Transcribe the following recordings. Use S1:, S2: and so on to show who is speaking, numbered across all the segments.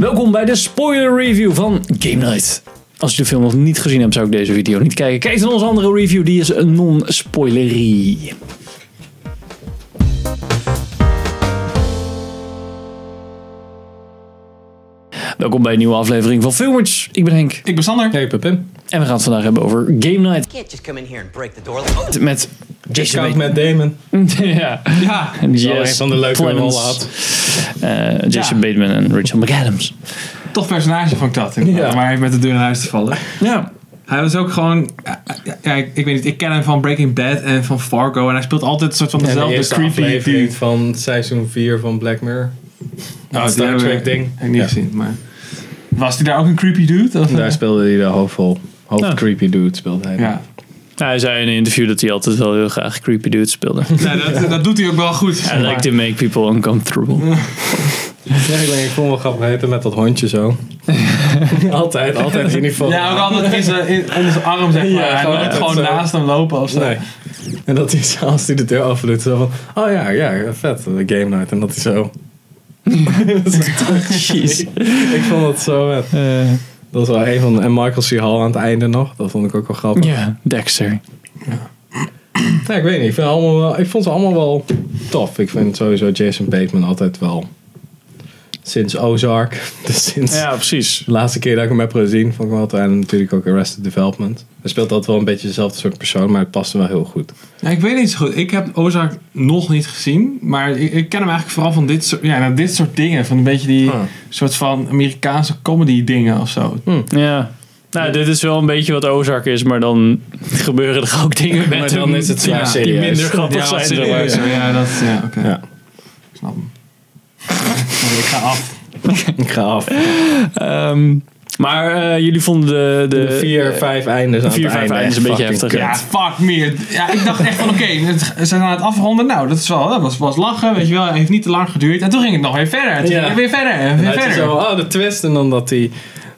S1: Welkom bij de spoiler review van Game Night. Als je de film nog niet gezien hebt, zou ik deze video niet kijken. Kijk dan onze andere review, die is non-spoilery. Welkom bij een nieuwe aflevering van Filmers. Ik ben Henk
S2: Ik ben Sander. ik ben Pim.
S1: en we gaan het vandaag hebben over Game Night
S3: can't just come in here and break the door. Like, oh,
S1: met Jason
S2: Discount
S1: Bateman.
S2: met Damon.
S1: ja,
S2: Ja.
S1: Yes,
S2: een van de leuke
S1: Clemens.
S2: rollen had.
S1: Eh, Jason Bateman en Rachel McAdams.
S4: Tof personage vond ik dat.
S2: Ja.
S4: Maar hij met de deur naar huis te vallen.
S1: Ja,
S4: Hij was ook gewoon... ja, ja, ja, ik, ik weet niet, ik ken hem van Breaking Bad en van Fargo. En hij speelt altijd een soort van
S2: En de
S4: dezelfde
S2: eerste
S4: creepy
S2: aflevering
S4: dude.
S2: van seizoen 4 van Black Mirror.
S4: Oh,
S2: Star Trek ding.
S4: Heb ik niet
S2: Ja.
S4: gezien, maar... Was hij daar ook een creepy dude? Of,
S2: Daar speelde hij de hoofdrol. Hoofd creepy dude speelde hij.
S4: Ja.
S1: hij zei in een interview dat hij altijd wel heel graag creepy dudes speelde.
S4: Nee, dat, dat doet hij ook wel goed.
S1: I
S4: zeg maar.
S1: like to make people uncomfortable.
S2: Ja, ik, denk, ik vond hem wel grappig heten met dat hondje zo. altijd. Altijd in ieder geval.
S4: Ja, ook altijd in zijn, in, onder zijn arm, zeg maar.
S2: Ja,
S4: hij
S2: gewoon
S4: loopt
S2: altijd
S4: gewoon
S2: zo.
S4: naast hem lopen of zo.
S2: Nee. En dat hij zo, als hij de deur afdoet, zo van... Oh ja, ja, vet. de Game night. En dat hij zo...
S1: Jeez.
S2: Ik vond dat zo vet.
S4: Eh.
S2: Dat was wel een van... En Michael C. Hall aan het einde nog. Dat vond ik ook wel grappig.
S1: Ja, Dexter.
S2: Ja, Nou, ik weet niet. Ik, vind het allemaal wel, ik vond ze allemaal wel tof. Ik vind sowieso Jason Bateman altijd wel... Sinds Ozark. Dus sinds
S1: precies.
S2: de laatste keer dat ik hem heb gezien, vond ik hem altijd... En natuurlijk ook Arrested Development. Hij speelt altijd wel een beetje dezelfde soort persoon, maar het past hem wel heel goed.
S4: Ja, ik weet niet zo goed. Ik heb Ozark nog niet gezien. Maar ik, ik ken hem eigenlijk vooral van dit soort, ja, nou, dit soort dingen. Van een beetje die
S2: Ah.
S4: soort van Amerikaanse comedy dingen of zo.
S1: Ja. Nou, dit is wel een beetje wat Ozark is, maar dan gebeuren er ook dingen met
S2: Maar dan
S1: hem
S2: is het zwaar
S4: ja, die
S1: die
S2: serieus.
S1: minder grappig
S4: Ja,
S1: zijn. zeg maar.
S4: serieus. Ja, dat, ja, oké.
S2: Ja.
S4: Ik snap hem. Sorry, ik ga af.
S2: Ik ga af.
S1: Ehm, maar eh, jullie vonden de... de,
S2: De vier, vijf eindes aan
S1: vier,
S2: het
S1: vijf
S2: einde.
S1: eindes is een beetje
S2: Fucking
S1: heftig,
S2: kut.
S4: Ja, fuck meer. Ja, ik dacht echt van oké, het- ze zijn aan het afronden. Nou, dat, is wel, dat was, was lachen, weet je wel. Heeft niet te lang geduurd. En toen ging het nog weer verder. En toen
S2: Ja.
S4: ging het weer verder. En weer
S2: En hij
S4: verder.
S2: is zo, oh, de twist. En dan dat die,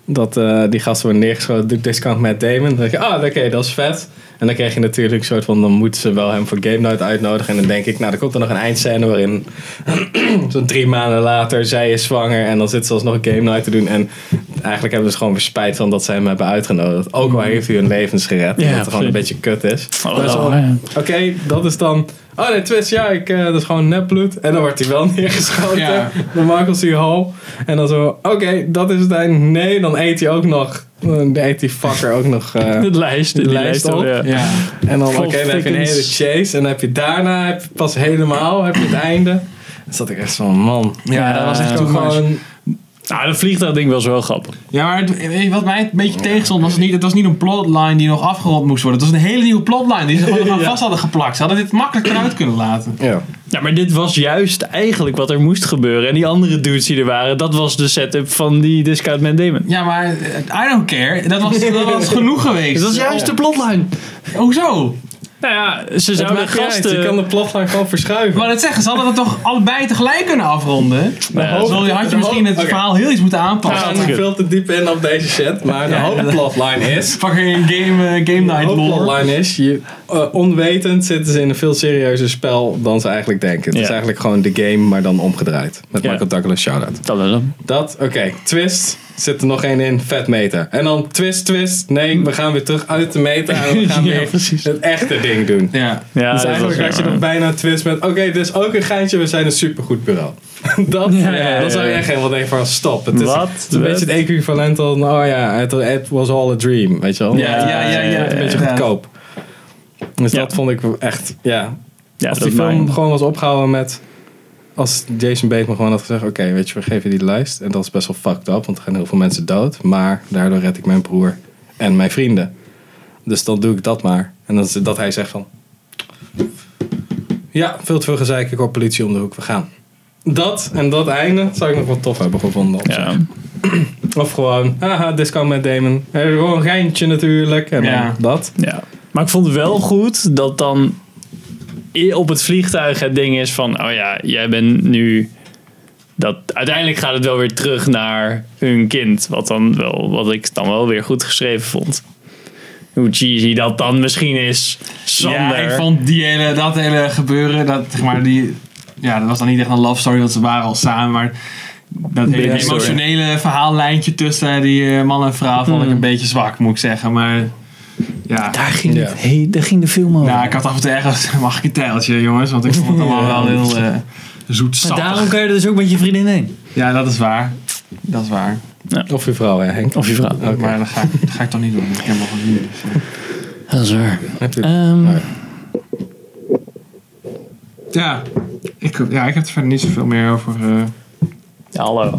S2: dat, eh, die gast wordt neergeschoten. Doet discount met Damon. Dan denk je, ah, oké, dat is vet. En dan krijg je natuurlijk een soort van, dan moeten ze wel hem voor Game Night uitnodigen. En dan denk ik, nou, er komt er nog een eindscène waarin zo'n drie maanden later, zij is zwanger. En dan zit ze alsnog een Game Night te doen. En eigenlijk hebben ze gewoon weer spijt van dat ze hem hebben uitgenodigd. Ook al heeft hij hun levens gered.
S1: Ja,
S2: dat het gewoon een
S1: precies.
S2: beetje kut is.
S1: Oh,
S2: Maar
S1: dat is
S2: zo,
S1: wel, ja.
S2: Oké, dat is dan. Oh nee, twist, ja, ik, eh, dat is gewoon nepbloed. En dan wordt hij wel neergeschoten
S4: Ja.
S2: door Michael C. Hall. En dan zo, oké, dat is het einde. Nee, dan eet hij ook nog. Dan eet die fucker ook nog. eh,
S1: De lijst. De,
S2: De
S1: lijst, oh,
S2: lijst op.
S1: ja.
S4: Ja.
S2: en dan, oké,
S1: Vol
S2: dan heb je een hele
S1: thickens.
S2: chase. En dan heb je daarna heb je pas helemaal heb je het einde. Dan zat ik echt van, man.
S4: ja, dat was echt
S1: Ja,
S4: too much.
S2: Gewoon,
S1: Nou, dat vliegtuigding was wel grappig.
S4: Ja, maar het- weet je wat mij een beetje tegenstond was het niet, het was niet een plotline die nog afgerond moest worden. Het was een hele nieuwe plotline die ze gewoon nog aan vast hadden geplakt. Ze hadden dit makkelijk eruit kunnen laten.
S2: ja.
S1: Ja, maar dit was juist eigenlijk wat er moest gebeuren. En die andere dudes die er waren, dat was de setup van die Discount Man Demon.
S4: Ja, maar eh, I don't care. Dat was, dat was genoeg geweest.
S1: Dus dat is juist de plotline.
S4: Hoezo?
S1: Nou ja, ze
S2: Het
S1: zouden
S2: maakt niet uit,
S1: gasten...
S2: Je kan de plotline gewoon verschuiven.
S4: Maar dat zeggen, ze hadden dat toch allebei tegelijk kunnen afronden?
S1: Nou ja,
S2: hoofd-
S4: Dan had je
S2: de
S4: misschien het
S2: hoofd-
S4: verhaal heel iets moeten
S2: We
S4: aanpassen.
S2: gaan
S1: Nou,
S2: niet veel te diep in op deze set, maar de
S4: Ja.
S2: hoofdplotline is...
S4: Fucking game, eh, game night
S2: De
S4: lore.
S2: hoofdplotline is, je, eh, onwetend zitten ze in een veel serieuzer spel dan ze eigenlijk denken. Het
S1: Ja.
S2: is eigenlijk gewoon de game, maar dan omgedraaid. Met
S1: Ja.
S2: Michael Douglas shout-out.
S1: Dat is hem.
S2: Dat, oké, twist, zit er nog één in, vet meta. En dan twist, twist, nee, we gaan weer terug uit de meta en we gaan
S1: Ja,
S2: weer
S1: precies.
S2: het echte ding doen.
S4: Ja.
S1: Ja,
S2: dus eigenlijk had je nog bijna een twist met, oké, dit is ook een geintje, we zijn een supergoed bureau. dat,
S1: Ja, ja,
S2: dat zou je
S1: ja.
S2: echt helemaal denken van, stop. Het is,
S1: Wat?
S2: het is een beetje het equivalent van, oh ja, het, it was all a dream, weet je wel.
S4: Ja, ja, ja, ja.
S2: Een beetje
S4: Ja.
S2: goedkoop. Dus
S1: Ja.
S2: dat vond ik echt, ja.
S1: Ja,
S2: Als
S1: dat
S2: die film
S1: maakt-
S2: gewoon was opgehouden met... Als Jason Bateman gewoon had gezegd... Oké, weet je, we geven die lijst. En dat is best wel fucked up, want er gaan heel veel mensen dood. Maar daardoor red ik mijn broer en mijn vrienden. Dus dan doe ik dat maar. En dan is het dat hij zegt van... Ja, veel te veel gezeik. Ik hoor politie om de hoek. We gaan. Dat en dat einde zou ik nog wel tof hebben gevonden. op zich.
S1: Ja.
S2: Of gewoon, haha, discount met Damon. Eh, Gewoon een geintje natuurlijk. En dan
S4: Ja.
S2: dat.
S1: ja. Maar ik vond het wel goed dat dan i- op het vliegtuig het ding is van... Oh ja, jij bent nu... Dat, uiteindelijk gaat het wel weer terug naar hun kind. Wat, dan wel, wat ik dan wel weer goed geschreven vond. Hoe cheesy dat dan misschien is. Sander.
S4: Ja, ik vond die hele, dat hele gebeuren, dat, zeg maar, die, ja, dat was dan niet echt een love story, want ze waren al samen, maar dat hele
S1: Backstory.
S4: emotionele verhaallijntje tussen die eh, man en vrouw vond ik een beetje zwak, moet ik zeggen. Maar ja,
S1: Daar ging,
S2: Ja.
S1: het, he- daar ging de film over.
S4: ja Nou, ik had af en toe ergens, mag ik een tijltje jongens, want ik vond het allemaal wel heel eh
S1: maar
S4: zoetsappig.
S1: daarom kan je er dus ook met je vriendin heen.
S4: Ja, dat is waar. Dat is waar.
S2: Of je vrouw, hè, Henk?
S1: Of je vrouw.
S4: Maar dat ga, ik, dat ga ik toch niet doen. Ik heb nog een nieuwe.
S1: Dat is waar.
S2: Heb je-
S1: Ehm,
S2: Nou ja.
S4: Ja, ik, ja, ik heb er verder niet zoveel meer over. eh,
S1: ja, hallo.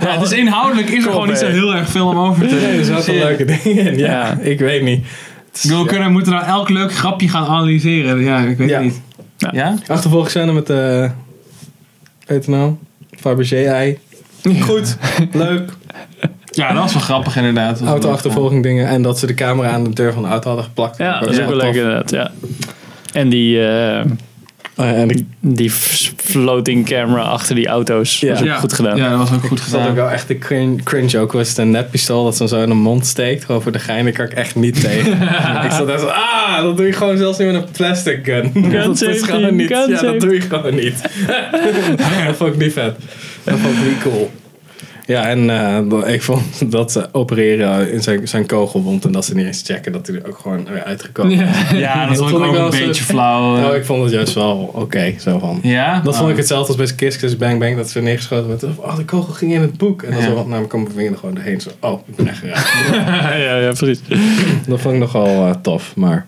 S4: Ja, dus inhoudelijk is er gewoon niet zo heel erg veel om over te
S2: eh. Nee, er zaten
S4: discussiëren.
S2: leuke dingen in. Ja,
S1: Eh, Ja.
S2: ik weet niet.
S4: Ik bedoel, we kunnen, we moeten nou elk leuk grapje gaan analyseren. Ja, ik weet
S2: Ja.
S4: het niet.
S1: Ja.
S2: Achtervolgens zijn we met, eh weet je nou, Fabergé-ei. Goed, leuk.
S4: Ja, dat was wel grappig inderdaad.
S2: Auto-achtervolging dingen. En dat ze de camera aan de deur van de auto hadden geplakt.
S1: Ja, dat
S2: Ook
S1: is
S2: wel
S1: ook wel
S2: tof.
S1: leuk inderdaad. Ja. En die, eh,
S2: Oh ja, en ik
S1: die f- floating camera achter die auto's.
S2: Ja.
S1: Dat is ook goed gedaan.
S4: eh, Ja, dat was ook goed
S2: dat ook
S4: gedaan.
S2: wel echt de cringe, cringe ook was. Een netpistool dat ze zo in de mond steekt. Gewoon voor de gein, daar kan ik echt niet tegen. ik zat daar zo, ah, dat doe je gewoon zelfs niet met een plastic gun. dat is
S1: 17,
S2: gewoon niet.
S1: gun
S2: Ja, dat
S1: 17.
S2: doe je gewoon niet. dat vond ik niet vet. Dat vond ik niet cool. Ja, en eh, dat- ik vond dat ze opereren in zijn, zijn kogelwond en dat ze niet eens checken dat hij er ook gewoon weer uitgekomen is.
S4: Ja, dat vond ik ook een
S2: wel
S4: beetje
S2: zo-
S4: flauw. eh.
S2: Nou, ik vond het juist wel oké, zo van.
S4: Ja?
S2: Dat vond
S4: Oh.
S2: ik hetzelfde als bij Kiss Kiss Bang Bang. Dat ze neergeschoten werd. Oh, de kogel ging in het boek. En dan
S4: Ja.
S2: zo, nou, kwam mijn vinger er gewoon doorheen. Zo, oh, ik ben echt geraakt.
S1: ja, ja, precies.
S2: dat vond ik nogal eh, tof, maar...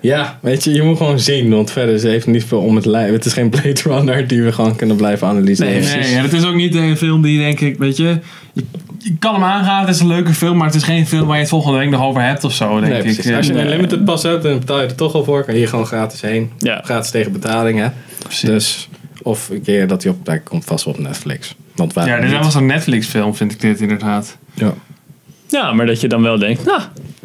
S2: Ja, weet je, je moet gewoon zien. Want verder, ze heeft niet veel om het lijf. Het is geen Blade Runner die we gewoon kunnen blijven analyseren.
S1: Nee,
S4: Nee, ja, het is ook niet een film die denk ik, weet je, je, je kan hem aangaan, het is een leuke film, maar het is geen film waar je het volgende week nog over hebt of zo, denk
S2: Nee,
S4: ik.
S2: precies. Als je
S4: Eh,
S2: een limited pas hebt, dan betaal je er toch al voor. Kan je hier gewoon gratis heen.
S1: Ja.
S2: Gratis tegen betaling, hè.
S4: Precies.
S2: Dus, of een keer dat hij op... Hij komt vast wel op Netflix. Want waarom
S4: ja, dit
S2: niet?
S4: was een Netflix film, vind ik dit inderdaad.
S2: Ja.
S1: Ja, maar dat je dan wel denkt, nou,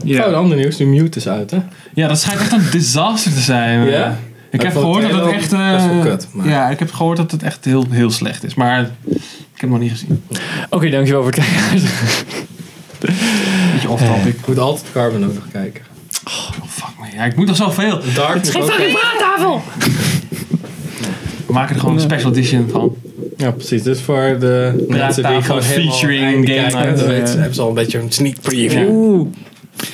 S2: Oh, een ander nieuws. De mute is uit, hè?
S4: Ja, dat schijnt echt een disaster te zijn. eh.
S2: Ja?
S4: Ik
S2: Ik
S4: heb
S2: vond
S4: gehoord
S2: het
S4: dat het echt.
S2: echt wel
S4: eh,
S2: best wel kut, maar-
S4: Ja, ik heb gehoord dat het echt heel, heel slecht is. Maar ik heb het nog niet gezien.
S1: oké, dankjewel voor het kijken.
S4: Beetje
S1: Eh.
S4: off-topic.
S2: Ik moet altijd Carbon ook nog kijken.
S4: Oh, fuck me. Ja, ik moet nog zoveel.
S2: Dark moet ook kijken.
S1: praattafel!
S4: We maken er gewoon een special edition van.
S2: Ja, precies. Dus voor de mensen die
S4: Praattafel
S2: gewoon helemaal
S4: featuring
S2: einde
S4: Game
S2: kijken,
S4: Night.
S2: dan weten ze-
S1: Ja.
S2: hebben ze al een beetje een sneak preview.
S1: Oeh,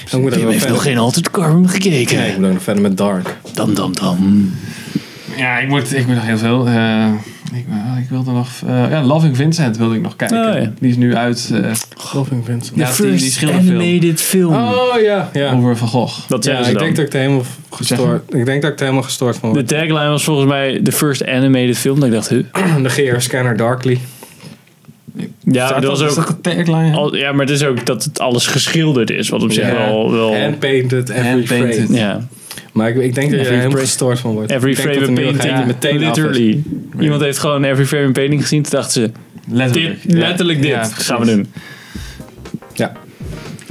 S2: Dan moet ik
S1: je
S2: nog
S1: heeft nog
S2: verder.
S1: geen Altered Carbon gekeken.
S2: Nee, ik moet ook nog verder met Dark.
S1: Dam, dam, dam.
S4: Ja, ik moet, ik moet nog heel veel. eh, ik, wil ik wilde nog. eh, ja, Loving Vincent wilde ik nog kijken.
S1: Oh, ja.
S4: Die is nu uit. eh,
S2: Golfing Vincent.
S1: The
S4: Ja, die- die
S1: first
S4: schilderfilm.
S1: animated film.
S2: Oh ja, ja.
S4: over Van Gogh.
S1: Dat
S2: Ja,
S1: zeggen ze
S2: ik
S1: dan.
S2: denk dat ik er helemaal gestoord. Ik denk dat ik er helemaal gestoord van
S1: De
S2: word.
S1: tagline was volgens mij the first animated film. Dat ik dacht, huh?
S2: De GR Scanner Darkly.
S1: ja,
S4: Staat
S1: maar dat
S4: is
S1: was ook...
S4: dat de tagline?
S1: al- ja, maar het is ook dat het alles geschilderd is. Wat op zich
S2: Ja.
S1: wel... wel
S2: Handpainted every
S4: Handpainted.
S2: frame.
S1: ja,
S2: Maar ik, ik denk dat je
S1: Every
S2: er helemaal
S1: frame-
S2: gestoord van wordt.
S1: every
S2: Ik denk
S1: frame
S2: dat
S1: een
S2: er nu
S1: painting.
S2: gaat die meteen af is.
S1: literally. Iemand heeft gewoon every frame een painting gezien. Toen dachten ze,
S4: letterlijk.
S1: dit, letterlijk dit
S4: Ja,
S1: gaan we doen.
S2: Ja.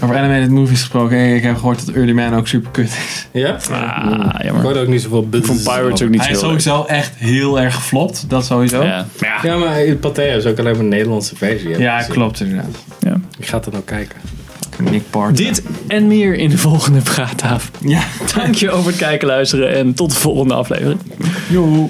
S4: Over animated movies gesproken. hey, ik heb gehoord dat Early Man ook super kut is.
S2: Ja?
S1: Ah,
S2: Ik
S1: jammer.
S2: hoorde ook niet zoveel buzz
S1: Van Pirates
S2: over.
S1: ook niet
S4: Hij is
S1: zo heel leuk.
S4: sowieso echt heel erg geflopt, dat sowieso. Ja,
S1: Ja. Maar ja,
S2: Ja, maar Pathé is ook alleen maar een Nederlandse versie. heb ik gezien.
S4: klopt inderdaad.
S1: ja.
S2: Ik ga dat nou kijken.
S4: Nick Park.
S1: Dit en meer in de volgende Praattafel.
S4: Ja.
S1: Dank je over het kijken, luisteren en tot de volgende aflevering.
S4: Joe.